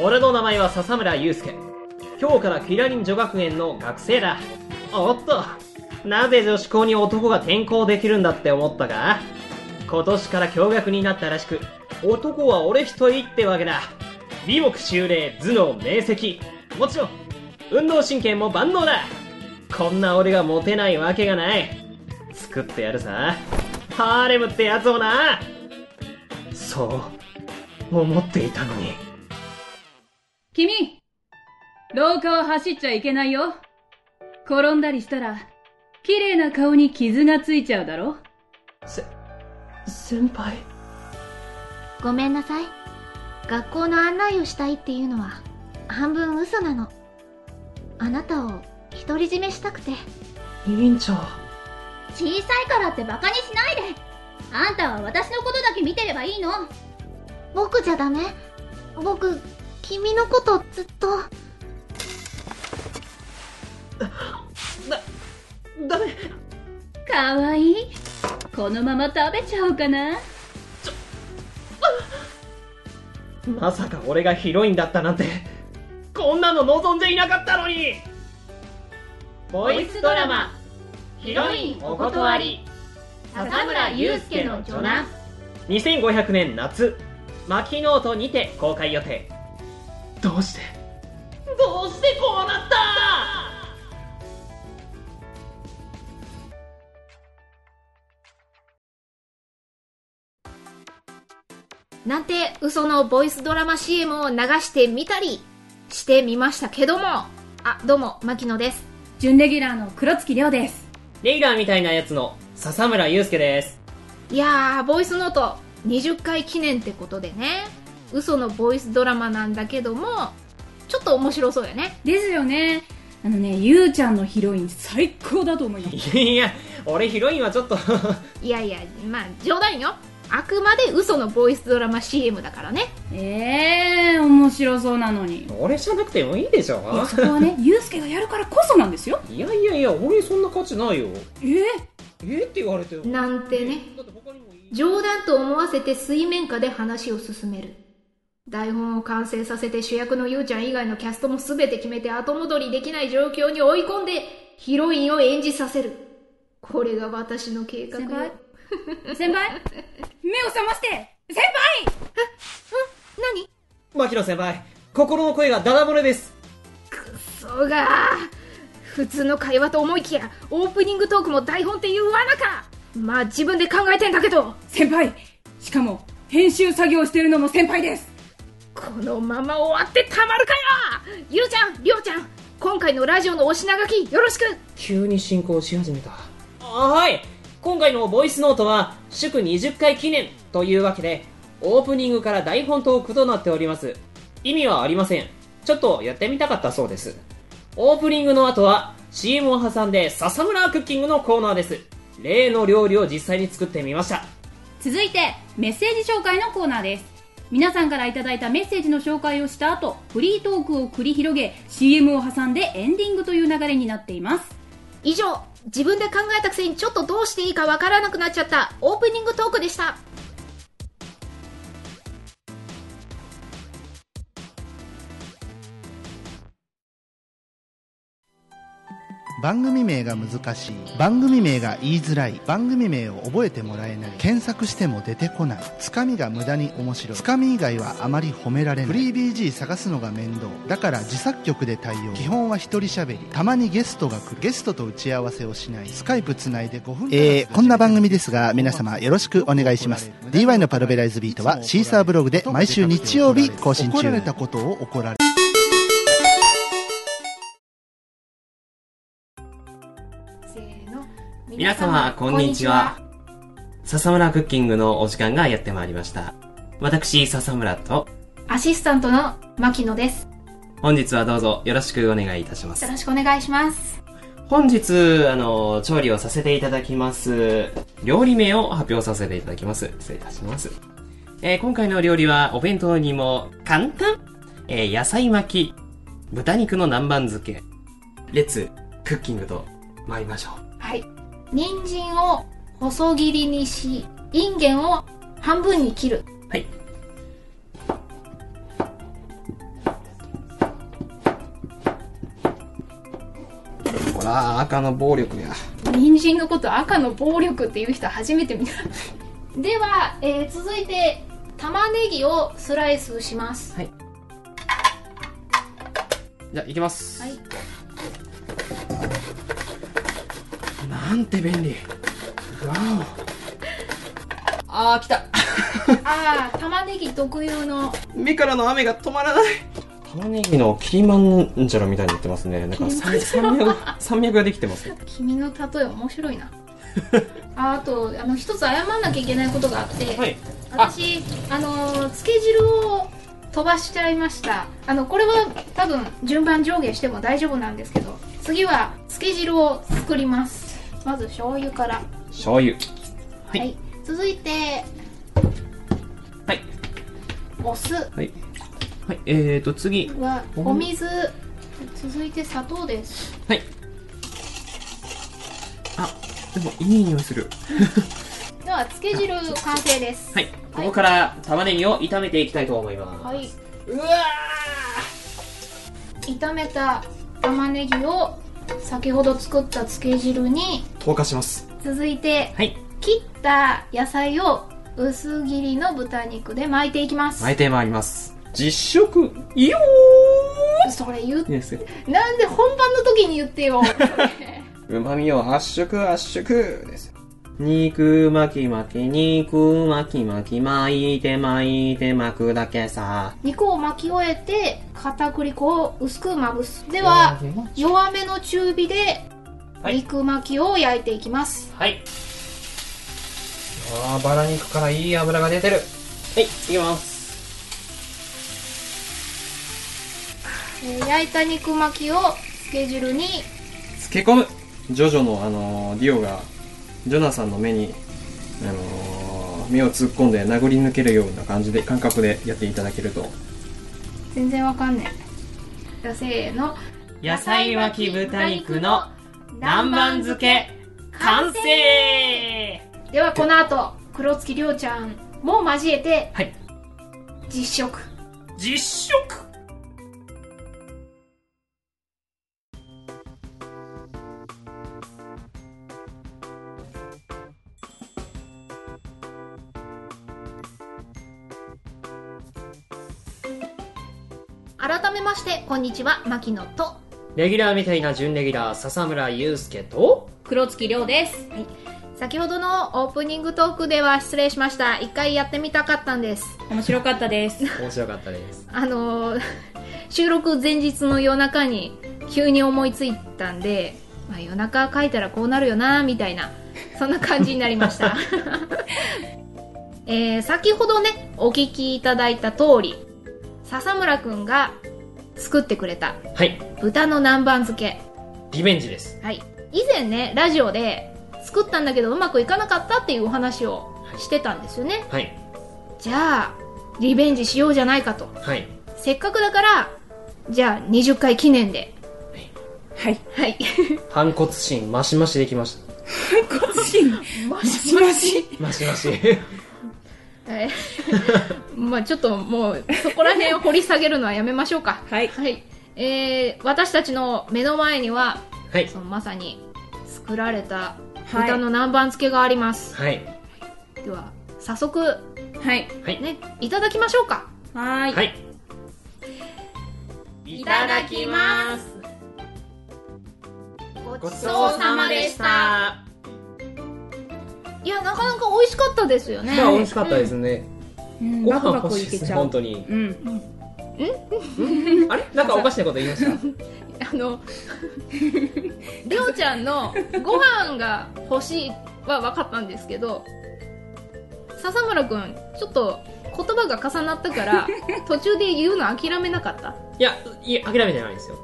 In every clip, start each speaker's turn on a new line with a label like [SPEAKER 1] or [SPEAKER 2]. [SPEAKER 1] 俺の名前は笹村祐介今日からキラリン女学園の学生だおっとなぜ女子校に男が転校できるんだって思ったか今年から共学になったらしく男は俺一人ってわけだ美目修麗頭脳明晰もちろん運動神経も万能だこんな俺がモテないわけがない作ってやるさハーレムってやつをなそう思っていたのに
[SPEAKER 2] 君廊下を走っちゃいけないよ転んだりしたら綺麗な顔に傷がついちゃうだろ
[SPEAKER 1] せ先輩
[SPEAKER 3] ごめんなさい学校の案内をしたいっていうのは半分嘘なのあなたを独り占めしたくて
[SPEAKER 1] 委員長
[SPEAKER 4] 小さいからってバカにしないであんたは私のことだけ見てればいいの
[SPEAKER 3] 僕じゃダメ僕君のことずっと
[SPEAKER 1] だダメ
[SPEAKER 2] かわいいこのまま食べちゃおうかな
[SPEAKER 1] まさか俺がヒロインだったなんてこんなの望んでいなかったのにボイスドラマ
[SPEAKER 4] ヒロインお断り笹村祐介の序談
[SPEAKER 1] 2500年夏牧ノートにて公開予定どうしてどうしてこうなった
[SPEAKER 5] なんて嘘のボイスドラマ CM を流してみたりしてみましたけどもあどうも牧野です
[SPEAKER 2] 準レギュラーの黒月亮です
[SPEAKER 1] レギュラーみたいなやつの笹村祐介です
[SPEAKER 5] いやーボイスノート20回記念ってことでね嘘のボイスドラマなんだけどもちょっと面白そうよね
[SPEAKER 2] ですよねあのねゆうちゃんのヒロイン最高だと思います
[SPEAKER 1] いや俺ヒロインはちょっと
[SPEAKER 5] いやいやまあ冗談よあくまで嘘のボイスドラマ CM だからね
[SPEAKER 2] ええー、面白そうなのに
[SPEAKER 1] 俺じゃなくてもいいでしょ
[SPEAKER 2] いやそこはねゆうすけがやるからこそなんですよ
[SPEAKER 1] いやいやいや俺そんな価値ないよ
[SPEAKER 2] ええ
[SPEAKER 1] えって言われてよ
[SPEAKER 5] なんてね
[SPEAKER 1] だって他にもいい
[SPEAKER 5] 冗談と思わせて水面下で話を進める台本を完成させて主役のゆうちゃん以外のキャストも全て決めて後戻りできない状況に追い込んでヒロインを演じさせるこれが私の計画よ
[SPEAKER 2] 先輩先輩目を覚まして先輩
[SPEAKER 5] 何
[SPEAKER 1] 牧野先輩心の声がダダ漏れです
[SPEAKER 5] そうが普通の会話と思いきやオープニングトークも台本っていう罠かまあ自分で考えてんだけど
[SPEAKER 2] 先輩しかも編集作業してるのも先輩です
[SPEAKER 5] このまま終わってたまるかよゆうちゃんりょうちゃん今回のラジオのお品書きよろしく
[SPEAKER 1] 急に進行し始めたあはい今回のボイスノートは祝20回記念というわけでオープニングから台本トークとなっております意味はありませんちょっとやってみたかったそうですオープニングの後は CM を挟んで笹村クッキングのコーナーです例の料理を実際に作ってみました
[SPEAKER 2] 続いてメッセージ紹介のコーナーです皆さんからいただいたメッセージの紹介をした後フリートークを繰り広げ CM を挟んでエンディングという流れになっています
[SPEAKER 5] 以上自分で考えたくせにちょっとどうしていいかわからなくなっちゃったオープニングトークでした
[SPEAKER 6] 番組名が難しい番組名が言いづらい番組名を覚えてもらえない検索しても出てこないつかみが無駄に面白いつかみ以外はあまり褒められないフリー BG 探すのが面倒だから自作曲で対応基本は一人喋りたまにゲストが来るゲストと打ち合わせをしないスカイプつないで5分えー、こんな番組ですが皆様よろしくお願いします DY のパルベライズビートはシーサーブログで毎週日曜日更新中怒られたことを怒られ
[SPEAKER 5] せーの
[SPEAKER 1] 皆様、こんにちは。笹村クッキングのお時間がやってまいりました。私、笹村と、
[SPEAKER 5] アシスタントの牧野です
[SPEAKER 1] 本日はどうぞよろしくお願いいたしま
[SPEAKER 5] よ
[SPEAKER 1] す。
[SPEAKER 5] ろしくお願いします
[SPEAKER 1] 本日、あの、調理をさせていただきます。料理名を発表させていただきます。失礼いたします。えー今回の料理は、お弁当にも簡単えー野菜巻き、豚肉の南蛮漬け、レッツ、クッキングと参りましょう。
[SPEAKER 5] はい人参を細切りにしインゲンを半分に切る
[SPEAKER 1] はい。
[SPEAKER 7] ら赤の暴力や
[SPEAKER 5] 人参のこと赤の暴力っていう人初めて見たでは、えー続いて玉ねぎをスライスします
[SPEAKER 7] じゃあいきます、
[SPEAKER 5] はい
[SPEAKER 7] なんて便利わおあー来た
[SPEAKER 5] ああ玉ねぎ特有の
[SPEAKER 7] 目からの雨が止まらない玉ねぎのキリマンジャロみたいになってますねなんかさ山脈が山脈ができてますね
[SPEAKER 5] 君の例え面白 いなああとあの一つ謝んなきゃいけないことがあって、
[SPEAKER 7] はい
[SPEAKER 5] 私あのーつけ汁を飛ばしちゃいましたあのこれは多分順番上下しても大丈夫なんですけど次はつけ汁を作りますまず醤油から
[SPEAKER 7] 醤油
[SPEAKER 5] はい、続いて
[SPEAKER 7] はい
[SPEAKER 5] お酢
[SPEAKER 7] はいはいえーと次
[SPEAKER 5] は
[SPEAKER 7] お
[SPEAKER 5] お水続いて砂糖です
[SPEAKER 7] はいあでもいい匂いする
[SPEAKER 5] ではつけ汁完成です
[SPEAKER 7] はいここから玉ねぎを炒めていきたいと思います、
[SPEAKER 5] はいう
[SPEAKER 7] わ
[SPEAKER 5] 炒めた玉ねぎを先ほど作ったつけ汁に
[SPEAKER 7] ー投下します
[SPEAKER 5] 続いて
[SPEAKER 7] はい
[SPEAKER 5] 切った野菜を薄切りの豚肉で巻いていきます、
[SPEAKER 7] 巻いてまいります実食いよ
[SPEAKER 5] それ言う
[SPEAKER 7] ーいいですよ
[SPEAKER 5] なんで本番の時に言って よ
[SPEAKER 7] うまみを圧縮圧縮です肉巻き巻き肉巻き巻き巻いて巻いて巻くだけさ
[SPEAKER 5] 肉を巻き終えて片栗粉を薄くまぶすでは弱めの中火で
[SPEAKER 7] はい
[SPEAKER 5] 肉巻きを焼いていきます、
[SPEAKER 7] はいあーバラ肉からいい脂が出てるはいいきます
[SPEAKER 5] えー焼いた肉巻きをつけ汁に
[SPEAKER 7] 漬け込むジョジョのあのーディオがジョナサンの目にあのー目を突っ込んで殴り抜けるような感じで感覚でやっていただけると
[SPEAKER 5] 全然わかんねえじゃあせーの
[SPEAKER 1] 野菜巻き豚肉の
[SPEAKER 5] 南蛮漬け完
[SPEAKER 1] 成
[SPEAKER 5] ではこの後黒月亮ちゃんも交えて、
[SPEAKER 1] はい
[SPEAKER 5] 実食
[SPEAKER 1] 実食
[SPEAKER 3] 改めましてこんにちは牧野と
[SPEAKER 1] レギュラーみたいな準レギュラー笹村祐介と
[SPEAKER 2] 黒月亮です
[SPEAKER 5] 先ほどのオープニングトークでは失礼しました一回やってみたかったんです
[SPEAKER 2] 面白かったです
[SPEAKER 1] 面白かったです
[SPEAKER 5] あのー 収録前日の夜中に急に思いついたんで、まあ、夜中書いたらこうなるよなみたいなそんな感じになりました えー先ほどねお聞きいただいた通り笹村くんが作ってくれた
[SPEAKER 1] はい
[SPEAKER 5] 豚の南蛮漬け
[SPEAKER 1] リベンジです
[SPEAKER 5] はい、以前ねラジオで作ったんだけどうまくいかなかったっていうお話をしてたんですよね
[SPEAKER 1] はい
[SPEAKER 5] じゃあリベンジしようじゃないかと
[SPEAKER 1] はい
[SPEAKER 5] せっかくだからじゃあ20回記念で
[SPEAKER 2] はい
[SPEAKER 5] はい
[SPEAKER 1] 反骨心マシマシできまし
[SPEAKER 2] 黒月
[SPEAKER 5] も
[SPEAKER 2] マシマシ
[SPEAKER 1] たマシ マシ
[SPEAKER 5] えー まあちょっともうそこら辺を掘り下げるのはやめましょうか
[SPEAKER 2] はい
[SPEAKER 5] はい、えー、私たちの目の前には
[SPEAKER 1] はい
[SPEAKER 5] そのまさに作られた
[SPEAKER 2] はい
[SPEAKER 5] 豚の南蛮漬けがあります、
[SPEAKER 1] はい
[SPEAKER 5] では早速
[SPEAKER 2] はい
[SPEAKER 5] ねいただきましょうか
[SPEAKER 2] はーい
[SPEAKER 1] はい
[SPEAKER 2] いただきます
[SPEAKER 1] ごち
[SPEAKER 2] そうさまでした
[SPEAKER 5] いやなかなか美味しかったですよね
[SPEAKER 1] いや美味しかったですね、
[SPEAKER 2] うん
[SPEAKER 1] ご
[SPEAKER 2] バ
[SPEAKER 1] 飯
[SPEAKER 2] クバ
[SPEAKER 1] 欲
[SPEAKER 2] ク
[SPEAKER 1] し
[SPEAKER 2] い
[SPEAKER 1] いで
[SPEAKER 2] け
[SPEAKER 1] す
[SPEAKER 2] ちゃ
[SPEAKER 1] 本
[SPEAKER 2] う
[SPEAKER 1] 当に
[SPEAKER 2] うん
[SPEAKER 1] あ れなんかおかしなこと言いました
[SPEAKER 5] あのりょうちゃんのご飯が欲しいは分かったんですけど笹村くんちょっと言葉が重なったから途中で言うの諦めなかった
[SPEAKER 1] いやいや諦めてないですよ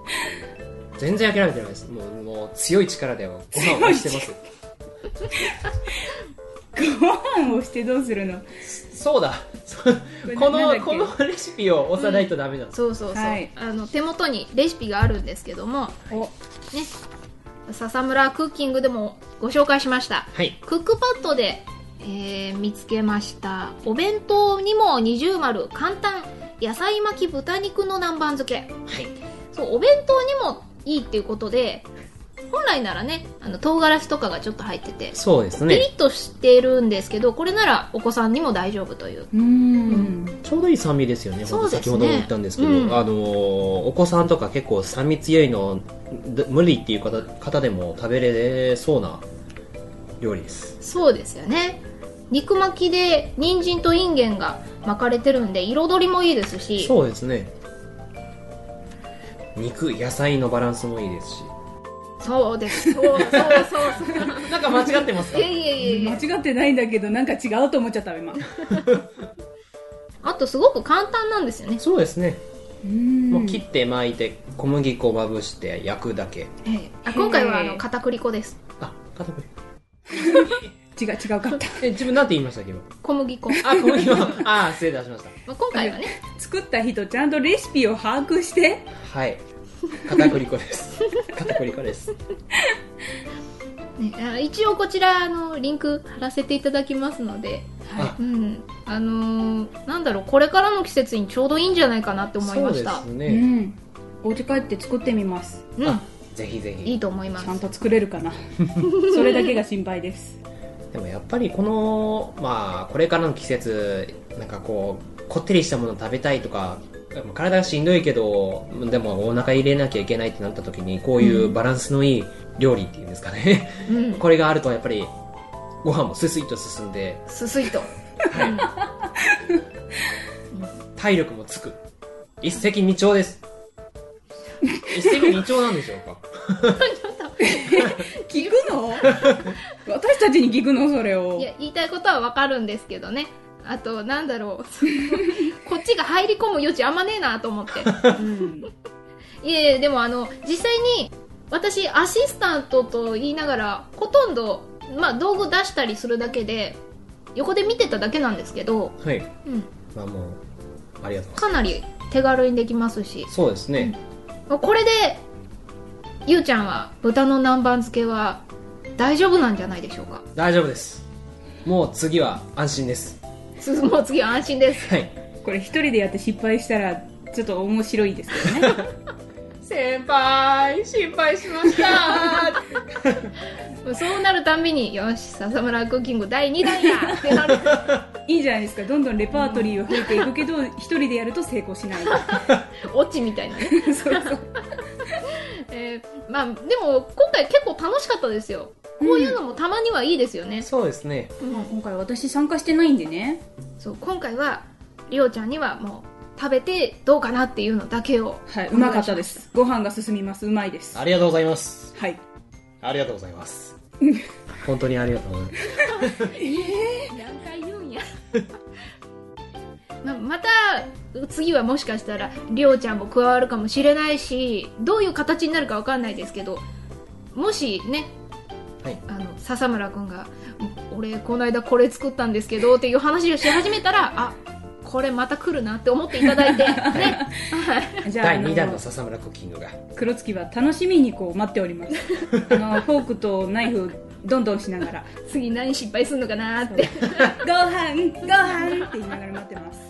[SPEAKER 1] 全然諦めてないですもうもう強い力ではご飯を押してます
[SPEAKER 2] ご飯をしてどうするの
[SPEAKER 1] そうだそうこ
[SPEAKER 2] ななんだっ
[SPEAKER 1] の
[SPEAKER 2] け
[SPEAKER 1] このレシピを押さないとダメだ、
[SPEAKER 5] そうそうそう、
[SPEAKER 2] はい
[SPEAKER 5] あの手元にレシピがあるんですけども
[SPEAKER 2] お
[SPEAKER 5] ね笹村クッキングでもご紹介しました
[SPEAKER 1] はい
[SPEAKER 5] クックパッドで、えー見つけましたお弁当にも二重丸簡単野菜巻き豚肉の南蛮漬け
[SPEAKER 1] はい
[SPEAKER 5] そうお弁当にもいいっていうことで本来ならねあの唐辛子とかがちょっと入ってて
[SPEAKER 1] そうです
[SPEAKER 5] ピリ
[SPEAKER 1] ね
[SPEAKER 5] ッとしてるんですけどこれならお子さんにも大丈夫という
[SPEAKER 2] うん
[SPEAKER 1] ちょうどいい酸味ですよね
[SPEAKER 5] そうですね
[SPEAKER 1] ほんと先ほども言ったんですけど、
[SPEAKER 5] うん
[SPEAKER 1] あのーお子さんとか結構酸味強いので無理っていう方方でも食べれそうな料理です
[SPEAKER 5] そうですよね肉巻きで人参とインゲンが巻かれてるんで彩りもいいですし
[SPEAKER 1] そうですね肉野菜のバランスもいいですし
[SPEAKER 5] そうですそうそうそうそう
[SPEAKER 1] なんか間違ってますか
[SPEAKER 5] いやいやいやいや
[SPEAKER 2] 間違ってないんだけどなんか違うと思っちゃった今
[SPEAKER 5] あとすごく簡単なんですよね
[SPEAKER 1] そうですね、
[SPEAKER 2] うん
[SPEAKER 1] もう切って巻いて小麦粉をまぶして焼くだけ
[SPEAKER 5] あ今回はあ
[SPEAKER 2] へ
[SPEAKER 5] の
[SPEAKER 2] ー
[SPEAKER 5] 片栗粉です
[SPEAKER 1] あ片栗
[SPEAKER 2] 違う違うかった
[SPEAKER 1] え自分なんて言いましたっけ今
[SPEAKER 5] 小麦粉、
[SPEAKER 1] あ小麦粉 あー失礼出しました
[SPEAKER 5] まあ、今回はね
[SPEAKER 2] 作った人ちゃんとレシピを把握して
[SPEAKER 1] はい片栗粉です片栗粉です
[SPEAKER 5] ねあの一応こちらあのリンク貼らせていただきますので
[SPEAKER 1] あ
[SPEAKER 5] うんあのーなんだろうこれからの季節にちょうどいいんじゃないかなって思いました
[SPEAKER 1] そうです
[SPEAKER 2] う
[SPEAKER 1] ね、
[SPEAKER 2] んお家帰って作ってみます
[SPEAKER 5] うん
[SPEAKER 1] あぜひぜ
[SPEAKER 5] い
[SPEAKER 1] ひ
[SPEAKER 5] いと思いま
[SPEAKER 2] ちゃん
[SPEAKER 5] す
[SPEAKER 2] と作れるかなそれだけが心配です
[SPEAKER 1] でもやっぱりこのまあこれからの季節なんかこうこってりしたもの食べたいとか体がしんどいけどでもお腹入れなきゃいけないってなった時にこういうバランスのいい料理っていうんですかね、
[SPEAKER 5] うん
[SPEAKER 1] これがあるとやっぱりご飯もスイスイと進んです
[SPEAKER 5] すいと
[SPEAKER 1] 体力もつく一石二鳥です 一石二鳥なんでしょうか
[SPEAKER 2] 聞 くの私たちに聞くのそれを
[SPEAKER 5] いや言いたいことはわかるんですけどねあとなんだろう そのこっちが入り込む余地あんまねえなと思って
[SPEAKER 2] うん
[SPEAKER 5] いえいえでもあの実際に私アシスタントと言いながらほとんど、まあ、道具出したりするだけで横で見てただけなんですけど、
[SPEAKER 1] はい
[SPEAKER 5] うん、
[SPEAKER 1] まあもうありがとうござい
[SPEAKER 5] かなり手軽にできますし
[SPEAKER 1] ますそうですね、
[SPEAKER 5] もうこれでゆうちゃんは豚の南蛮漬けは大丈夫なんじゃないでしょうか
[SPEAKER 1] 大丈夫ですもう次は安心です
[SPEAKER 5] すもう次は安心です
[SPEAKER 1] はい
[SPEAKER 2] これ一人でやって失敗したらちょっと面白いですけどね
[SPEAKER 5] 先輩心配しましたそうなるたんびによし笹村クッキング第2弾やってなる
[SPEAKER 2] いいじゃないですかどんどんレパートリーは増えていくけど一人でやると成功しない
[SPEAKER 5] オチみたいなね
[SPEAKER 2] そうそう
[SPEAKER 5] えーまあでも今回結構楽しかったですよこういうのもたまにはいいですよね、
[SPEAKER 1] そうですね
[SPEAKER 2] まあ今回私参加してないんでね
[SPEAKER 5] そう今回はりょうちゃんにはもう食べてどうかなっていうのだけを
[SPEAKER 2] はいうまかったですご飯が進みますうまいです
[SPEAKER 1] ありがとうございます
[SPEAKER 2] はい
[SPEAKER 1] ありがとうござい ます本当にありがとうございます
[SPEAKER 5] 何回言うんや まあまた次はもしかしたらりょうちゃんも加わるかもしれないしどういう形になるかわかんないですけどもしね、
[SPEAKER 1] はい
[SPEAKER 5] あの笹村君が「俺この間これ作ったんですけど」っていう話をし始めたらあこれまた来るなって思っていただ いてね、はい
[SPEAKER 2] じゃあ
[SPEAKER 1] 第2
[SPEAKER 2] あ
[SPEAKER 1] 弾
[SPEAKER 2] の
[SPEAKER 1] の笹村クッキングが
[SPEAKER 2] 黒月は楽しみにこう待ってお りますあのフォークとナイフをどんどんしなが ら
[SPEAKER 5] 次何失敗するのかなって
[SPEAKER 2] ご飯ご飯って言いながら待ってます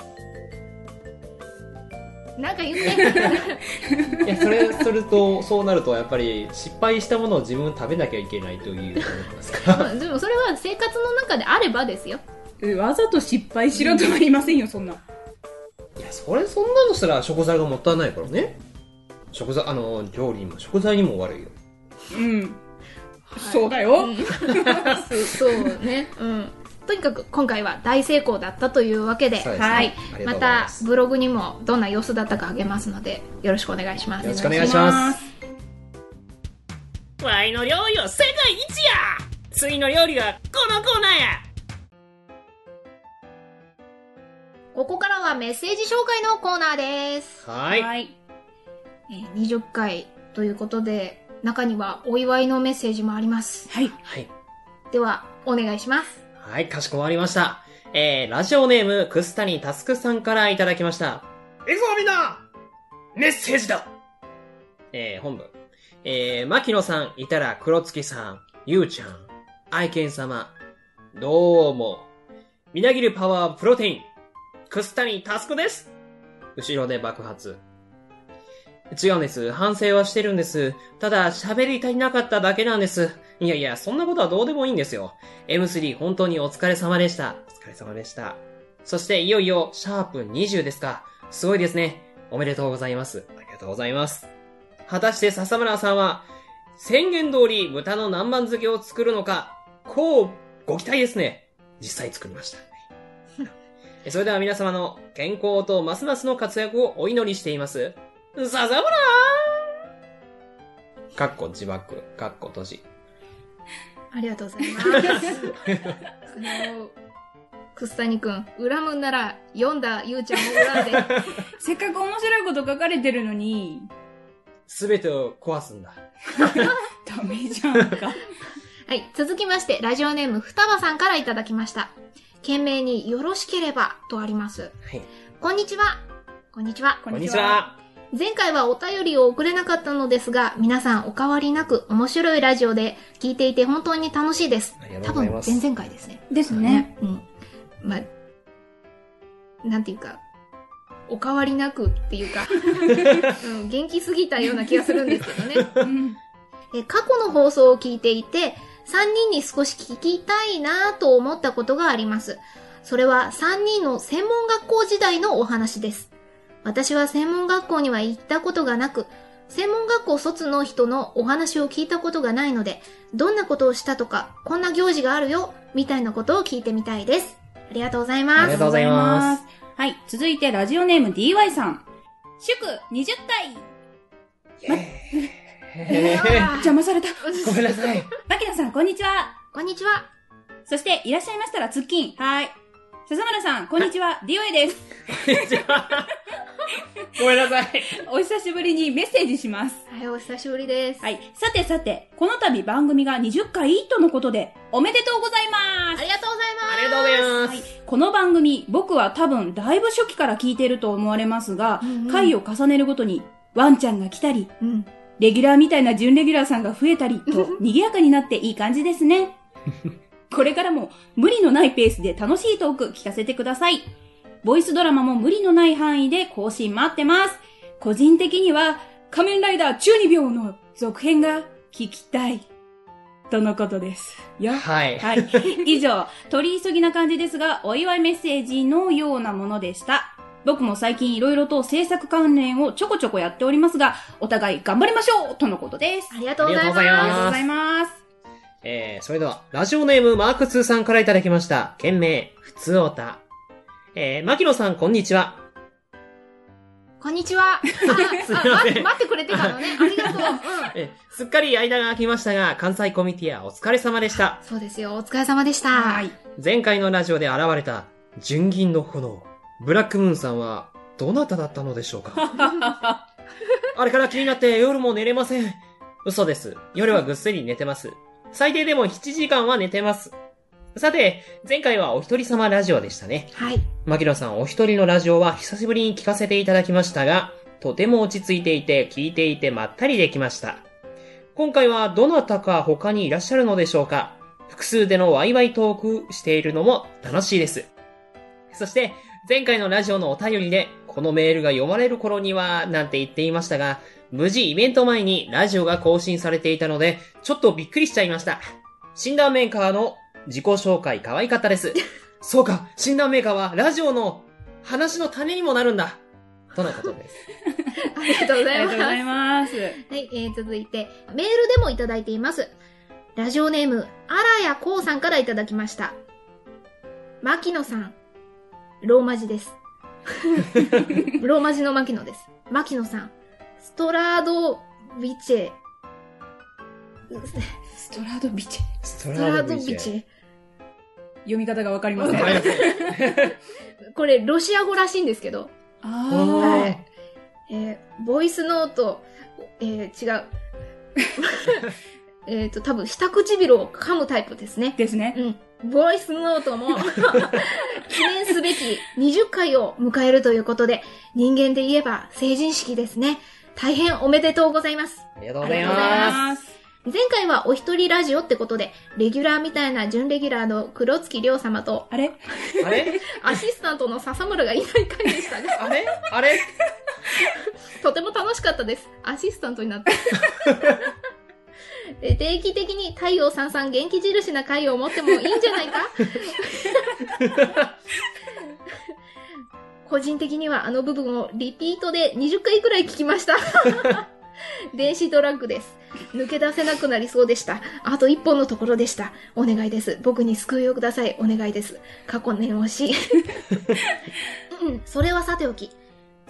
[SPEAKER 5] なんか言って
[SPEAKER 1] いやそれするとそうなるとやっぱり失敗したものを自分食べなきゃいけないということなんですか
[SPEAKER 5] まあでもそれは生活の中であればですよ
[SPEAKER 2] えわざと失敗しろとは言いませんよそんない
[SPEAKER 1] やそれそんなのしたら食材がもったいないからね食材あの料理にも食材にも悪いよ
[SPEAKER 2] うん、そうだよ、
[SPEAKER 5] そうね、うん、とにかく今回は大成功だったというわけで
[SPEAKER 1] そうですね
[SPEAKER 5] はい
[SPEAKER 1] ありがとうご
[SPEAKER 5] ま
[SPEAKER 1] ざい
[SPEAKER 5] た
[SPEAKER 1] ます
[SPEAKER 5] ブログにもどんな様子だったかあげますのでよろしくお願いします
[SPEAKER 1] よろしくお願いします
[SPEAKER 8] ワイの料理は世界一や次の料理はこのコーナーや
[SPEAKER 5] ここからはメッセージ紹介のコーナーです、
[SPEAKER 1] はい
[SPEAKER 2] はい
[SPEAKER 5] えー20回ということで中にはお祝いのメッセージもあります
[SPEAKER 2] はい
[SPEAKER 1] はい
[SPEAKER 5] ではお願いします
[SPEAKER 1] はい、かしこまりました。えー、ラジオネーム、くすたにたすくさんからいただきました。いくぞみんなメッセージだえー、本部。えー、牧野さん、いたら黒月さん、ゆうちゃん、愛犬様、どうも。みなぎるパワープロテイン、くすたにたすくです後ろで爆発。違うんです。反省はしてるんです。ただ、喋り足りなかっただけなんです。いやいや、そんなことはどうでもいいんですよ。M3 本当にお疲れ様でした。お疲れ様でした。そして、いよいよ、シャープ20ですか。すごいですね。おめでとうございます。ありがとうございます。果たして笹村さんは、宣言通り豚の南蛮漬けを作るのか、こう、ご期待ですね。実際作りま した。それでは皆様の健康とますますの活躍をお祈りしています。笹村かっこ自爆、かっこ閉じ。
[SPEAKER 5] ありがとうご ざいます。あの、楠谷くん、恨むんなら、読んだゆうちゃんを恨んで。
[SPEAKER 2] せっかく面白いこと書かれてるのに、
[SPEAKER 1] すべてを壊すんだ。
[SPEAKER 2] ダメじゃんか。
[SPEAKER 5] はい、続きまして、ラジオネーム、双葉さんからいただきました。懸命によろしければとあります。
[SPEAKER 1] はい。
[SPEAKER 5] こんにちは。こんにちは。
[SPEAKER 2] こ
[SPEAKER 1] こんにち。は。
[SPEAKER 5] 前回はお便りを送れなかったのですが、皆さんお変わりなく面白いラジオで聞いていて本当に楽しいです。
[SPEAKER 1] ありがと
[SPEAKER 5] 多
[SPEAKER 1] うござい
[SPEAKER 5] 分
[SPEAKER 1] ま、す。
[SPEAKER 5] 前々回ですね。
[SPEAKER 2] ですね。
[SPEAKER 5] うん。まあ、なんていうか、お変わりなくってい うか、うん、元気すぎたような気がするんですけどね。
[SPEAKER 2] うん。
[SPEAKER 5] え過去の放送を聞いていて、3人に少し聞きたいなぁと思ったことがあります。それは3人の専門学校時代のお話です。私は専門学校には行ったことがなく、専門学校卒の人のお話を聞いたことがないので、どんなことをしたとか、こんな行事があるよ、みたいなことを聞いてみたいです。ありがとうござい
[SPEAKER 1] あ
[SPEAKER 5] ま
[SPEAKER 1] り
[SPEAKER 5] す
[SPEAKER 1] が。とうございます。
[SPEAKER 2] はい、続いてラジオネーム DY さん。祝20体
[SPEAKER 1] へへ
[SPEAKER 2] 邪魔された。
[SPEAKER 1] ごめんなさい。
[SPEAKER 2] 牧野さん、こんにちは。
[SPEAKER 5] こんにちは。
[SPEAKER 2] そして、いらっしゃいましたら、ツッキン。はい。笹村さん、こんにち は。DY です。
[SPEAKER 1] ごめんなさい。
[SPEAKER 2] お久しぶりにメッセージします。
[SPEAKER 5] はい、お久しぶりです。
[SPEAKER 2] はい。さてさて、この度番組が20回とのことで、おめでとうございます
[SPEAKER 5] ありがとうございます。
[SPEAKER 1] ありがとうございます。
[SPEAKER 2] はい、この番組、僕は多分だいぶ初期から聞いてると思われますが、
[SPEAKER 5] うんうん
[SPEAKER 2] 回を重ねるごとにワンちゃんが来たり、
[SPEAKER 5] うん。
[SPEAKER 2] レギュラーみたいな準レギュラーさんが増えたりと、賑やかになっていい感じですね。 これからも無理のないペースで楽しいトーク聞かせてください。ボイスドラマも無理のない範囲で更新待ってます。個人的には、仮面ライダー中二病の続編が聞きたい。とのことです。よ
[SPEAKER 1] はい。
[SPEAKER 2] はい。 以上、取り急ぎな感じですが、お祝いメッセージのようなものでした。僕も最近いろいろと制作関連をちょこちょこやっておりますが、お互い頑張りましょうとのことです。
[SPEAKER 5] ありがとうございます。
[SPEAKER 1] ありが
[SPEAKER 2] あ
[SPEAKER 1] と
[SPEAKER 2] りがとうございます。
[SPEAKER 1] えー、それでは、ラジオネームマーク2さんからいただきました。件名、ふつおた。えー、牧野さん、こんにちは。
[SPEAKER 5] こんにちは。あ、
[SPEAKER 1] すいま
[SPEAKER 5] あ
[SPEAKER 1] せん
[SPEAKER 5] 待ってくれてたのね。ありがとう。うん。
[SPEAKER 1] えー、すっかり間が空きましたが、関西コミティアお疲れ様でした。
[SPEAKER 5] そうですよ。お疲れ様でした。
[SPEAKER 2] はい。
[SPEAKER 1] 前回のラジオで現れた、純銀の炎。ブラックムーンさんは、どなただったのでしょうかあれから気になって夜も寝れません。嘘です。夜はぐっすり寝てます。最低でも7時間は寝てます。さて、前回はお一人様ラジオでしたね。
[SPEAKER 5] はい。
[SPEAKER 1] 牧野さんお一人のラジオは久しぶりに聞かせていただきましたが、とても落ち着いていて、聞いていてまったりできました。今回はどなたか他にいらっしゃるのでしょうか複数でのワイワイトークしているのも楽しいです。そして、前回のラジオのお便りで、このメールが読まれる頃には、なんて言っていましたが、無事イベント前にラジオが更新されていたので、ちょっとびっくりしちゃいました。診断メーカーの自己紹介可愛かったです。そうか、診断メーカーはラジオの話の種にもなるんだ。とのことです。
[SPEAKER 5] ありがとうご
[SPEAKER 2] あり
[SPEAKER 5] ざ
[SPEAKER 2] が
[SPEAKER 5] いま
[SPEAKER 2] とう
[SPEAKER 5] す。
[SPEAKER 2] ございます。
[SPEAKER 5] はい、えー、続いて、メールでもいただいています。ラジオネーム、あらやこうさんからいただきました。牧野さん、ローマ字です。ローマ字の牧野です。牧野さん、ストラードビチェ、
[SPEAKER 2] ストラードビチェ。
[SPEAKER 1] ス
[SPEAKER 5] ストラードビチ
[SPEAKER 2] 読み方がわかりません。
[SPEAKER 1] は
[SPEAKER 2] あ
[SPEAKER 1] い
[SPEAKER 5] ェ。これ、ロシア語らしいんですけど、
[SPEAKER 2] あ
[SPEAKER 5] いえーボイスノート、えー違う。 えっと、多分、下唇を噛むタイプですね
[SPEAKER 2] ー。。ですね。
[SPEAKER 5] うん。ボイスノートも、 記念すべき20回を迎えるということで、人間で言えば成人式ですね。大変おめでとうございます。
[SPEAKER 1] ありがとう
[SPEAKER 5] あ
[SPEAKER 1] ご
[SPEAKER 5] り
[SPEAKER 1] ざい
[SPEAKER 5] がとうござ
[SPEAKER 1] ます。
[SPEAKER 2] す。
[SPEAKER 5] 前回はお一人ラジオってことで、レギュラーみたいな準レギュラーの黒月亮様と、
[SPEAKER 2] あれ
[SPEAKER 1] あれ
[SPEAKER 5] アシスタントの笹村がいない回でしたが、
[SPEAKER 1] あれあれ
[SPEAKER 5] とても楽しかったです。アシスタントになって。 え定期的に太陽さんさん元気印な回を持ってもいいんじゃないか 個人的にはあの部分をリピートで20回くらい聞きました。 電子ドラッグです。抜け出せなくなりそうでした。あと一本のところでした。お願いです。僕に救いをください。お願いです。過去念押し。 うん、それはさておき。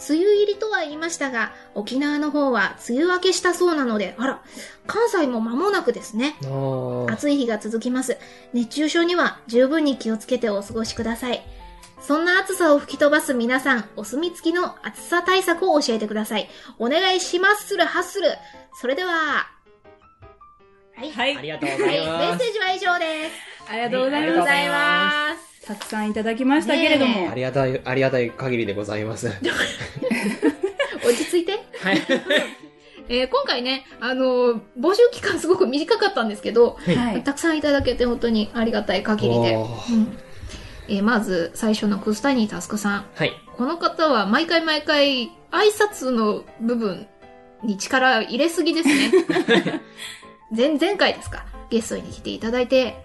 [SPEAKER 5] 梅雨入りとは言いましたが、沖縄の方は梅雨明けしたそうなので、あら、関西も間もなくですね。
[SPEAKER 1] あー
[SPEAKER 5] 暑い日が続きます。熱中症には十分に気をつけてお過ごしください。そんな暑さを吹き飛ばす皆さん、お墨付きの暑さ対策を教えてください。お願いしますする、はっする。それでは、はい。
[SPEAKER 2] はい
[SPEAKER 1] ありがとうご
[SPEAKER 5] は
[SPEAKER 1] ざ
[SPEAKER 5] い、
[SPEAKER 1] い
[SPEAKER 5] メ
[SPEAKER 1] ま
[SPEAKER 5] ッ
[SPEAKER 1] す
[SPEAKER 5] セージは以上です。
[SPEAKER 2] ありがとうござい
[SPEAKER 1] ありがとう
[SPEAKER 2] ま。
[SPEAKER 1] ございます
[SPEAKER 2] たくさんいただきましたけれども。
[SPEAKER 5] ね
[SPEAKER 7] ありがたい、ありがたい限りでございます。は
[SPEAKER 5] 落ち着いて。
[SPEAKER 1] はい
[SPEAKER 5] えー今回ね、あのー募集期間すごく短かったんですけど、
[SPEAKER 2] は
[SPEAKER 5] たくさんいただけて本当にありがたい限りで。
[SPEAKER 7] おー
[SPEAKER 5] うんえーまず最初のクスタニータスクさん。
[SPEAKER 1] はい
[SPEAKER 5] この方は毎回毎回挨拶の部分に力入れすぎですね。前前回ですか。ゲストに来ていただいて、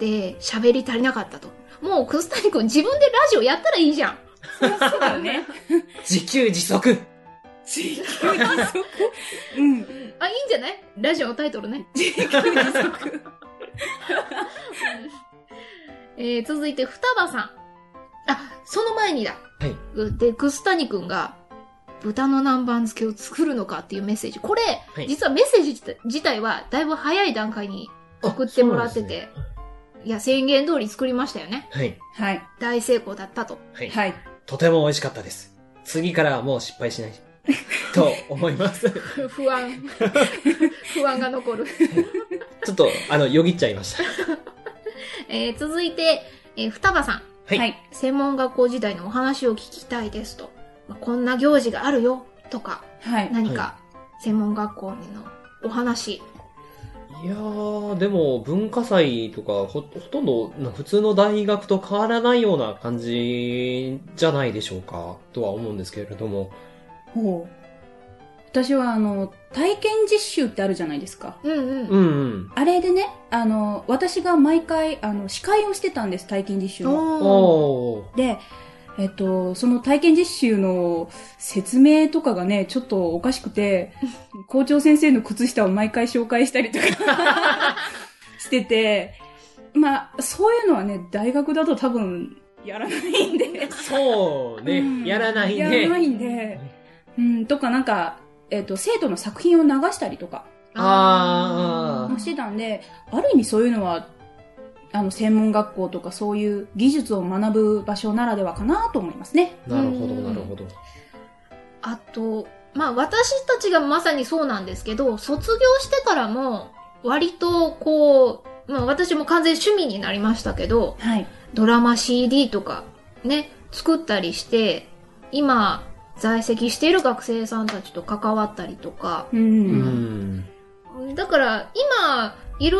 [SPEAKER 5] で、喋り足りなかったと。もうクスタニー君自分でラジオやったらいいじゃん。
[SPEAKER 2] そうだよね。
[SPEAKER 1] 自給自足
[SPEAKER 2] 自給自足。うん。
[SPEAKER 5] あ、いいんじゃないラジオのタイトルね。 えー、続いて、双葉さん。あ、その前にだ。
[SPEAKER 7] はい
[SPEAKER 5] で、クスタニ君が、豚の南蛮漬けを作るのかっていうメッセージ。これ、
[SPEAKER 1] はい
[SPEAKER 5] 実はメッセージ自体自体は、だいぶ早い段階に送ってもらってて、いや、宣言通り作りましたよね。
[SPEAKER 1] はい
[SPEAKER 2] はい。
[SPEAKER 5] 大成功だったと。
[SPEAKER 1] はい、
[SPEAKER 2] はい。
[SPEAKER 1] とても美味しかったです次からはもう失敗しないと思いますち
[SPEAKER 5] 不安。 不安が残る。
[SPEAKER 1] ょっとあのよぎっちゃいました
[SPEAKER 5] えー、続いて、えー、双葉さん。
[SPEAKER 1] はい
[SPEAKER 2] はい。
[SPEAKER 5] 専門学校時代のお話を聞きたいですと、まあこんな行事があるよとか、
[SPEAKER 2] はい。
[SPEAKER 5] 何か専門学校のお話、
[SPEAKER 1] いやー、でも文化祭とかほ、ほとんどな普通の大学と変わらないような感じじゃないでしょうか、とは思うんですけれども。
[SPEAKER 2] ほう。私は、あの、体験実習ってあるじゃないですか。
[SPEAKER 5] うんうん、
[SPEAKER 1] うんうん。
[SPEAKER 2] あれでね、あの、私が毎回、あの、司会をしてたんです、体験実習の。
[SPEAKER 5] おー
[SPEAKER 1] おー。
[SPEAKER 2] で、えっと、その体験実習の説明とかがね、ちょっとおかしく て、校長先生の靴下を毎回紹介したりとかしてて、まあ、そういうのはね、大学だと多分やらないんで。
[SPEAKER 1] そうね、
[SPEAKER 2] うん
[SPEAKER 1] やらないね。
[SPEAKER 2] やらないんで。うん、とかなんか、えっと、生徒の作品を流したりとか
[SPEAKER 1] あ
[SPEAKER 2] もしてたんで、ある意味そういうのは、あの、専門学校とかそういう技術を学ぶ場所ならではかなと思いますね。
[SPEAKER 1] ー。なるほど、なるほど。
[SPEAKER 5] あと、まあ私たちがまさにそうなんですけど、卒業してからも、割とこう、まあ私も完全趣味になりましたけど、
[SPEAKER 2] はい。
[SPEAKER 5] ドラマ CD とかね、作ったりして、今、在籍している学生さんたちと関わったりとか、
[SPEAKER 2] うん
[SPEAKER 1] うん。
[SPEAKER 5] だから今いる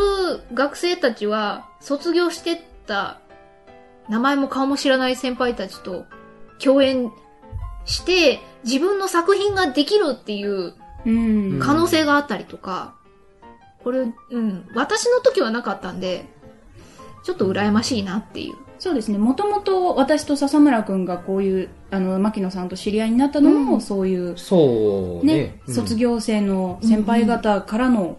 [SPEAKER 5] 学生たちは卒業してった名前も顔も知らない先輩たちと共演して自分の作品ができるっていう
[SPEAKER 2] うん。
[SPEAKER 5] 可能性があったりとか、これ、うん、私の時はなかったんで、ちょっと羨ましいなっていう。
[SPEAKER 2] そうですね。もともと私と笹村くんがこういう、あの、牧野さんと知り合いになったのも、
[SPEAKER 5] うん
[SPEAKER 2] そういう、
[SPEAKER 1] そうね。
[SPEAKER 2] ね、
[SPEAKER 1] うん
[SPEAKER 2] 卒業生の先輩方からの、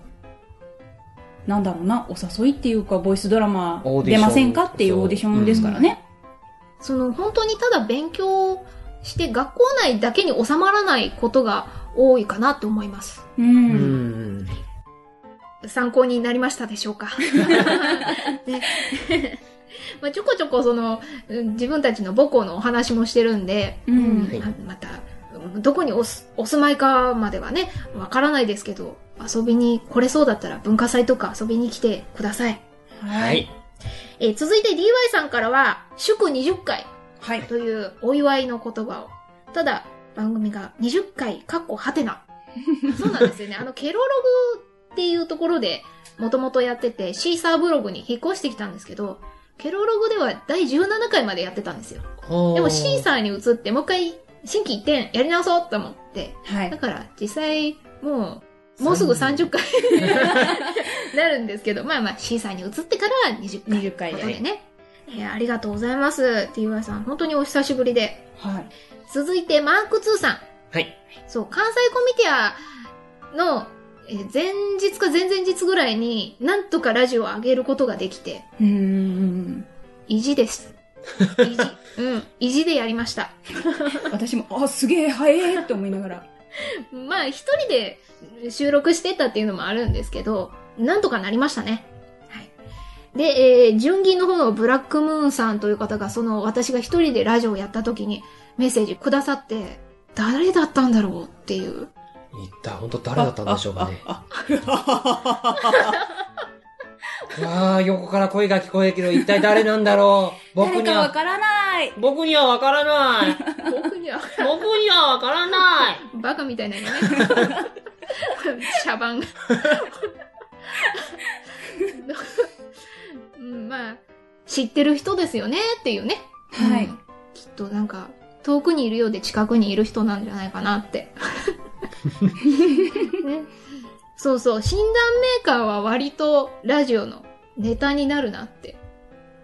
[SPEAKER 2] なんだろうな、お誘いっていうか、ボイスドラマ
[SPEAKER 1] オーディ
[SPEAKER 2] 出
[SPEAKER 1] ション
[SPEAKER 2] ませんかっていうオーディションですからね。
[SPEAKER 5] その本当にただ勉強して学校内だけに収まらないことが多いかなって思います。
[SPEAKER 2] うん。
[SPEAKER 1] うんうん。
[SPEAKER 5] 参考になりましたでしょうか。 ね まあ、ちょこちょこそのうん自分たちの母校のお話もしてるんで、
[SPEAKER 2] うん
[SPEAKER 1] はい
[SPEAKER 5] あまたうんどこにおすお住まいかまではねわからないですけど遊びに来れそうだったら文化祭とか遊びに来てください、
[SPEAKER 1] は。い。
[SPEAKER 5] えー続いて DY さんからは祝20回
[SPEAKER 2] はい。
[SPEAKER 5] というお祝いの言葉をただ番組が20回かっこは てなそうなんですよねあのケロログっていうところでもともとやっててシーサーブログに引っ越してきたんですけどケロログでは第17回までやってたんですよ
[SPEAKER 1] で
[SPEAKER 5] でもシーサーに移ってもう一回心機一転やり直そうと思って。
[SPEAKER 2] は
[SPEAKER 5] だ
[SPEAKER 2] い。
[SPEAKER 5] から実際もう、もうすぐ30回 なるんですけど、まあまあ C さんに移ってから20回。
[SPEAKER 2] 20回で
[SPEAKER 5] ということでね。いや、ありがとうございます。TY さん、本当にお久しぶりで。
[SPEAKER 2] はい。
[SPEAKER 5] 続いて、マーク2さん。
[SPEAKER 1] はい。
[SPEAKER 5] そう、関西コミティアの、えー前日か前々日ぐらいに、なんとかラジオを上げることができて、
[SPEAKER 2] うーん。
[SPEAKER 5] 意地です。意地。うん。意地でやりました。
[SPEAKER 2] 私も、あ、すげえ、早えって思いながら。
[SPEAKER 5] まあ、一人で収録してたっていうのもあるんですけど、なんとかなりましたね。はい。で、えー、純銀の方のブラックムーンさんという方が、その、私が一人でラジオをやった時にメッセージくださって、誰だったんだろうっていう。
[SPEAKER 1] 一体本当誰だったんでしょうかね。
[SPEAKER 2] あ。
[SPEAKER 1] わあ、横から声が聞こえるけど、一体誰なんだろう。僕
[SPEAKER 2] 誰
[SPEAKER 1] に
[SPEAKER 2] かわ
[SPEAKER 1] は、
[SPEAKER 2] からない。
[SPEAKER 1] 僕にはわからない。
[SPEAKER 5] 僕には、
[SPEAKER 1] 僕にはわからない。
[SPEAKER 5] バカみたいなのね。茶番が。 うんまあ、知ってる人ですよねっていうね。
[SPEAKER 2] はい
[SPEAKER 5] うん。きっとなんか、遠くにいるようで近くにいる人なんじゃないかなって。ね、そうそう、診断メーカーは割とラジオのネタになるなって。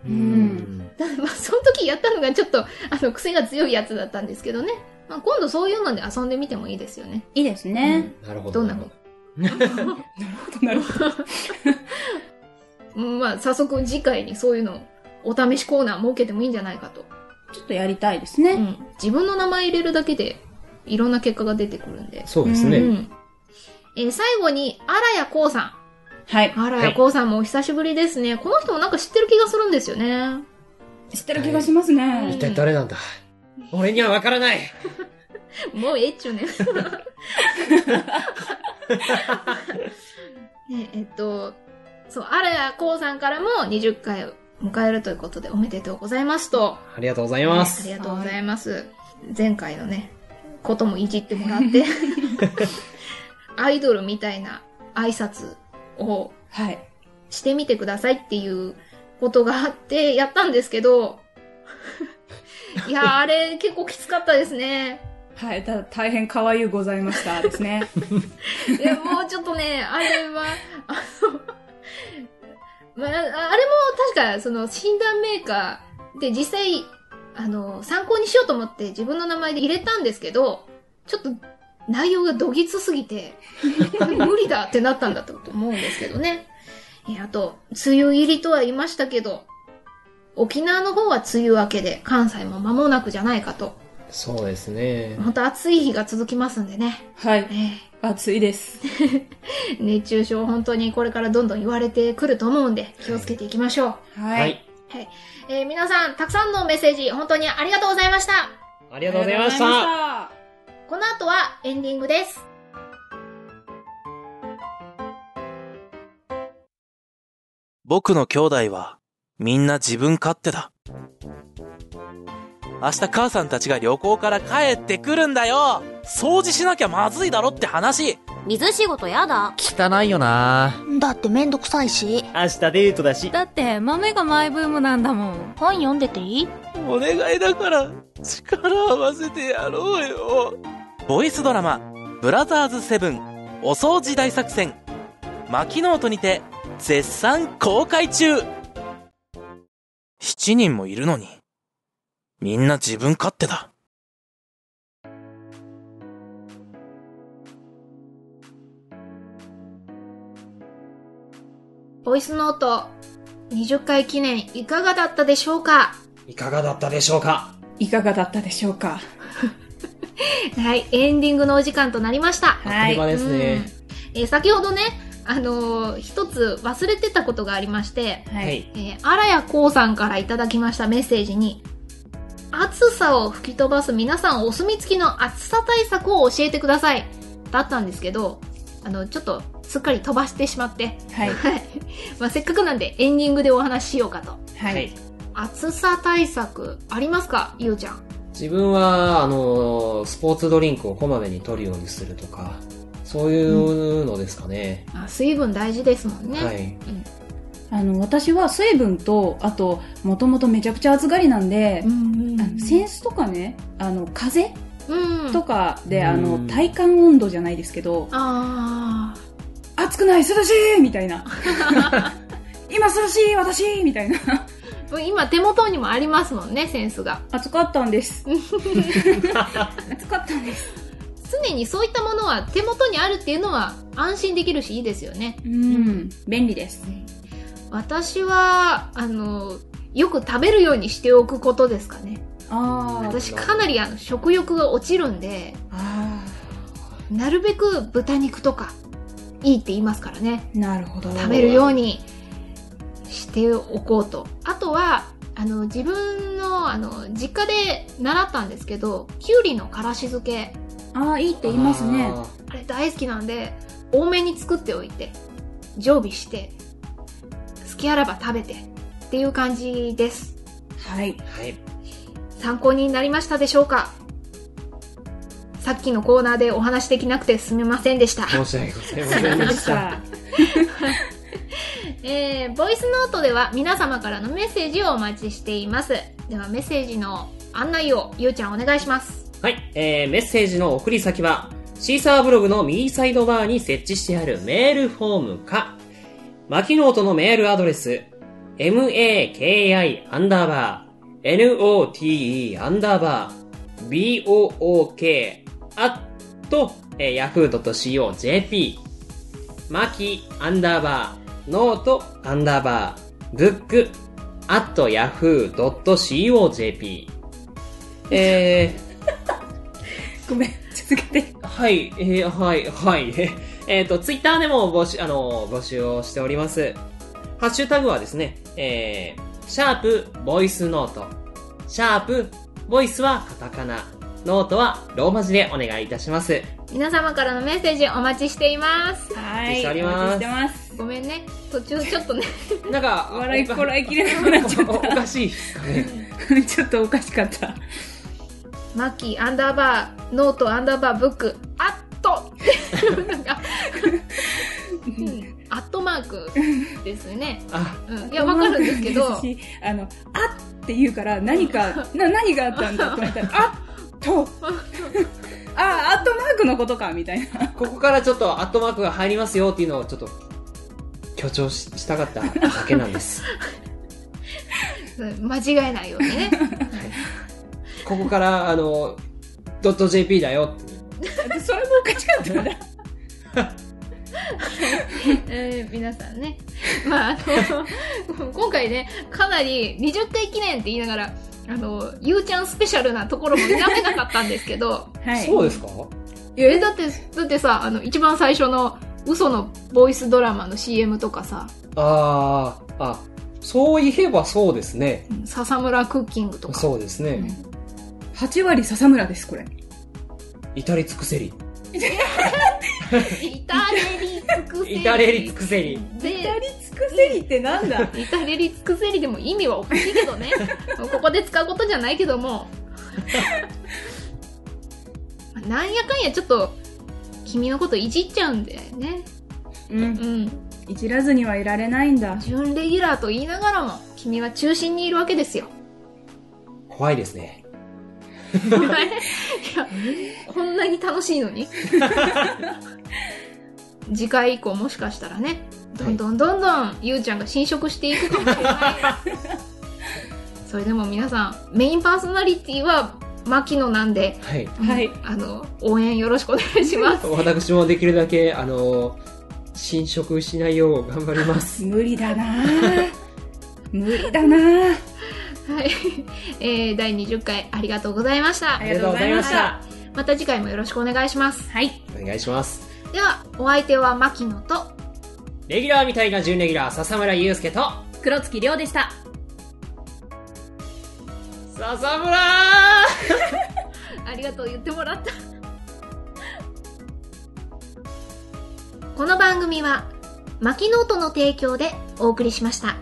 [SPEAKER 2] う
[SPEAKER 1] うんん。
[SPEAKER 5] だ まあ、その時やったのがちょっと、あの、癖が強いやつだったんですけどね。まあ、今度そういうので遊んでみてもいいですよね。
[SPEAKER 2] いいですね。
[SPEAKER 1] なるほ
[SPEAKER 5] ど
[SPEAKER 1] ど。
[SPEAKER 5] んなの
[SPEAKER 1] るほ
[SPEAKER 2] なるほど、なるほど。
[SPEAKER 5] うんまあ、早速次回にそういうのをお試しコーナー設けてもいいんじゃないかと。
[SPEAKER 2] ちょっとやりたいですね。
[SPEAKER 5] うん自分の名前入れるだけで、いろんな結果が出てくるんで
[SPEAKER 1] ど。そうです
[SPEAKER 5] う
[SPEAKER 1] ね。
[SPEAKER 5] ん。えー最後に、荒谷光さん。
[SPEAKER 2] はい。
[SPEAKER 5] あらやこうさんもお久しぶりですね。この人もなんか知ってる気がするんですよね。
[SPEAKER 2] 知ってる気がします
[SPEAKER 5] ん
[SPEAKER 1] 一
[SPEAKER 2] ね。
[SPEAKER 1] 体誰なんだ俺にはわからない。
[SPEAKER 5] もうええっちゅう ね。ねえっと、そう、あらやこうさんからも20回を迎えるということでおめでとうございますと。
[SPEAKER 1] ありがとうござい
[SPEAKER 5] あ
[SPEAKER 1] ます。
[SPEAKER 5] りがとうございます。前回のね、こともいじってもら って、アイドルみたいな挨拶を
[SPEAKER 2] はい。
[SPEAKER 5] してみてくださいっていうことがあって、やったんですけど、 いや、あれ結構きつかったですね。
[SPEAKER 2] はい。ただ、大変可愛いございましたですね。
[SPEAKER 5] いや、もうちょっとね、あれは、あの、まあ、ああれも確か、その診断メーカーで実際、あの、参考にしようと思って自分の名前で入れたんですけど、ちょっと内容がどぎつすぎて、 これ無理だってなったんだと思うんですけどね。えあと、梅雨入りとは言いましたけど、沖縄の方は梅雨明けで、関西も間もなくじゃないかと。
[SPEAKER 1] そうですね。
[SPEAKER 5] 本当暑い日が続きますんでね。
[SPEAKER 2] はい
[SPEAKER 5] え。え
[SPEAKER 2] 暑いです。
[SPEAKER 5] 熱中症本当にこれからどんどん言われてくると思うんで気をつけていきましょう、
[SPEAKER 2] は。
[SPEAKER 1] はいい。
[SPEAKER 5] えー皆さんたくさんのメッセージ本当にありがとうございました
[SPEAKER 1] あり
[SPEAKER 2] あ
[SPEAKER 1] がとうございました。
[SPEAKER 2] た。
[SPEAKER 5] この後はエンディングです
[SPEAKER 9] 僕の兄弟は、みんな自分勝手だ。明日母さんたちが旅行から帰ってくるんだよ掃除しなきゃまずいだろって話
[SPEAKER 4] 水仕事やだ。
[SPEAKER 10] 汚いよな
[SPEAKER 11] だってめんどくさいし
[SPEAKER 10] 明日デートだし
[SPEAKER 4] だって豆がマイブームなんだもん。
[SPEAKER 11] 本読んでていい
[SPEAKER 9] お願いだから、力合わせてやろうよボイスドラマ、ブラザーズセブン、お掃除大作戦、マキノートにて、絶賛公開中7人もいるのに、みんな自分勝手だ。
[SPEAKER 5] ボイスノート20回記念いかがだったでしょうか
[SPEAKER 1] いかがだったでしょうか
[SPEAKER 2] いかがだったでしょうか
[SPEAKER 5] はいエンディングのお時間となりました
[SPEAKER 2] はい。
[SPEAKER 1] 車
[SPEAKER 2] は
[SPEAKER 1] ですね。
[SPEAKER 5] うんえー先ほどねあのー一つ忘れてたことがありまして
[SPEAKER 2] い。。
[SPEAKER 5] えー、荒谷光さんからいただきましたメッセージに、暑さを吹き飛ばす皆さんお墨付きの暑さ対策を教えてください。だったんですけど、あの、ちょっとすっかり飛ばしてしまって、
[SPEAKER 2] はい。
[SPEAKER 5] はい。 まあ、せっかくなんでエンディングでお話ししようかと。
[SPEAKER 2] はい。
[SPEAKER 5] 暑さ対策ありますかゆうちゃん。
[SPEAKER 1] 自分は、あの、スポーツドリンクをこまめに取るようにするとか、そういうのですかね。
[SPEAKER 5] あ水分大事ですもんね。
[SPEAKER 1] はい。
[SPEAKER 2] あの、私は水分と、あと、もともとめちゃくちゃ暑がりなんで
[SPEAKER 5] う、んうん
[SPEAKER 2] あの扇子とかね、あの、風とかで、あ
[SPEAKER 12] う
[SPEAKER 2] の
[SPEAKER 12] ん
[SPEAKER 2] 体感温度じゃないですけど
[SPEAKER 5] あ
[SPEAKER 2] 暑くない涼しいみたいな今涼しい私みたいな
[SPEAKER 5] あ今手元にもありますもんねセンスが
[SPEAKER 2] 暑かったんです
[SPEAKER 5] 暑
[SPEAKER 2] かったんです
[SPEAKER 5] 常にそういったものは手元にあるっていうのは安心できるしいいですよね
[SPEAKER 2] うん便利です
[SPEAKER 5] 私はあのよく食べるようにしておくことですかね
[SPEAKER 2] あ
[SPEAKER 5] 私かなりあの食欲が落ちるんでなるべく豚肉とかいいって言いますからね
[SPEAKER 2] なるほど
[SPEAKER 5] 食べるようにしておこうとあとはあの自分のあの実家で習ったんですけどきゅうりのからし漬け
[SPEAKER 2] ああいいって言いますね
[SPEAKER 5] あれ大好きなんで多めに作っておいて常備して好きあらば食べてっていう感じです
[SPEAKER 2] はい
[SPEAKER 8] はい
[SPEAKER 5] 参考になりましたでしょうかさっきのコーナーでお話できなくてすみませんでした
[SPEAKER 8] 申し訳ございませんでした
[SPEAKER 5] えーボイスノートでは皆様からのメッセージをお待ちしていますではメッセージの案内をゆうちゃんお願いします
[SPEAKER 1] はい、えー、メッセージの送り先は、シーサーブログの右サイドバーに設置してあるメールフォームか、マキノートのメールアドレス、maki アンダーバー、note アンダーバー、book アット、えー、yahoo.co.jp、マキアンダーバー、ノートアンダーバー、ブックアット yahoo.co.jp、えー、
[SPEAKER 2] ごめん、続けて。
[SPEAKER 1] はい、えー、はい、はい。 えっ、と、ツイッターでも募集、あの、募集をしております。ハッシュタグはですね、えー、シャープ、ボイスノート。シャープ、ボイスはカタカナ。ノートはローマ字でお願いいたします。
[SPEAKER 5] 皆様からのメッセージお待ちしています
[SPEAKER 1] お
[SPEAKER 5] は
[SPEAKER 1] 待ちしております。
[SPEAKER 5] ごめんね途中ちょっとね
[SPEAKER 1] なんか
[SPEAKER 2] 笑いこらえきれなくなっちゃった。お
[SPEAKER 1] か しい。
[SPEAKER 2] ちょっとおかしかった。
[SPEAKER 5] マッキーアンダーバーノートアンダーバーブックアットなんか、うん、アットマークですねうん、いやわかるんですけど
[SPEAKER 2] 私あの、あって言うから、何 か、な、何があったんだと思ったら、あと、 あ、アットマークのことか、みたいな。
[SPEAKER 1] ここからちょっとアットマークが入りますよっていうのをちょっと、強調ししたかっただけなん です。
[SPEAKER 5] 間違えないように ね
[SPEAKER 1] ここから、あの、ドット .jp だよって
[SPEAKER 2] それもおかしかったんだ。
[SPEAKER 5] えー皆さんね、まあ、あの今回ねかなり20回記念って言いながらあのゆうちゃんスペシャルなところも否めなかったんですけど、
[SPEAKER 1] そうですか
[SPEAKER 5] い やえだってだってさあの一番最初の嘘のボイスドラマの CM とかさ
[SPEAKER 1] ああ、あ、そういえばそうですね。
[SPEAKER 5] 笹村クッキングとか
[SPEAKER 1] そうですね。
[SPEAKER 2] 8割笹村です、これ。
[SPEAKER 1] 至れ尽くせり。
[SPEAKER 5] イタレリ尽くせり
[SPEAKER 1] 至れり尽くせり。
[SPEAKER 5] で
[SPEAKER 2] 至り尽くせりってなんだ
[SPEAKER 5] 至れり尽くせりでも意味はおかしいけど ねここで使うことじゃないけども まあなんやかんやちょっと君のこといじっちゃうんだよね
[SPEAKER 2] うん、いじらずにはいられないんだ
[SPEAKER 5] 準レギュラーと言いながらも君は中心にいるわけですよ
[SPEAKER 1] 怖いですね。
[SPEAKER 5] いやこんなに楽しいのに 次回以降もしかしたらねどんどんどんどんゆうちゃんが侵食していくかもしれない それでも皆さんメインパーソナリティは牧野なんで、
[SPEAKER 1] はい。
[SPEAKER 2] はい、
[SPEAKER 5] あの応援よろしくお願いします
[SPEAKER 1] 私もできるだけ、あの、侵食しないよう頑張ります。
[SPEAKER 2] 無理だなぁ無理だなぁ
[SPEAKER 5] はい、えー第20回ありがとうございまし た
[SPEAKER 1] ありがとうございました
[SPEAKER 5] また次回もよろしくお願いします
[SPEAKER 2] はい
[SPEAKER 1] お願いします。
[SPEAKER 5] ではお相手は牧野と
[SPEAKER 1] レギュラーみたいな準レギュラー、笹村祐介と、
[SPEAKER 2] 黒月亮でした
[SPEAKER 1] 笹村
[SPEAKER 5] ありがとう言ってもらったこの番組はマキノートの提供でお送りしました。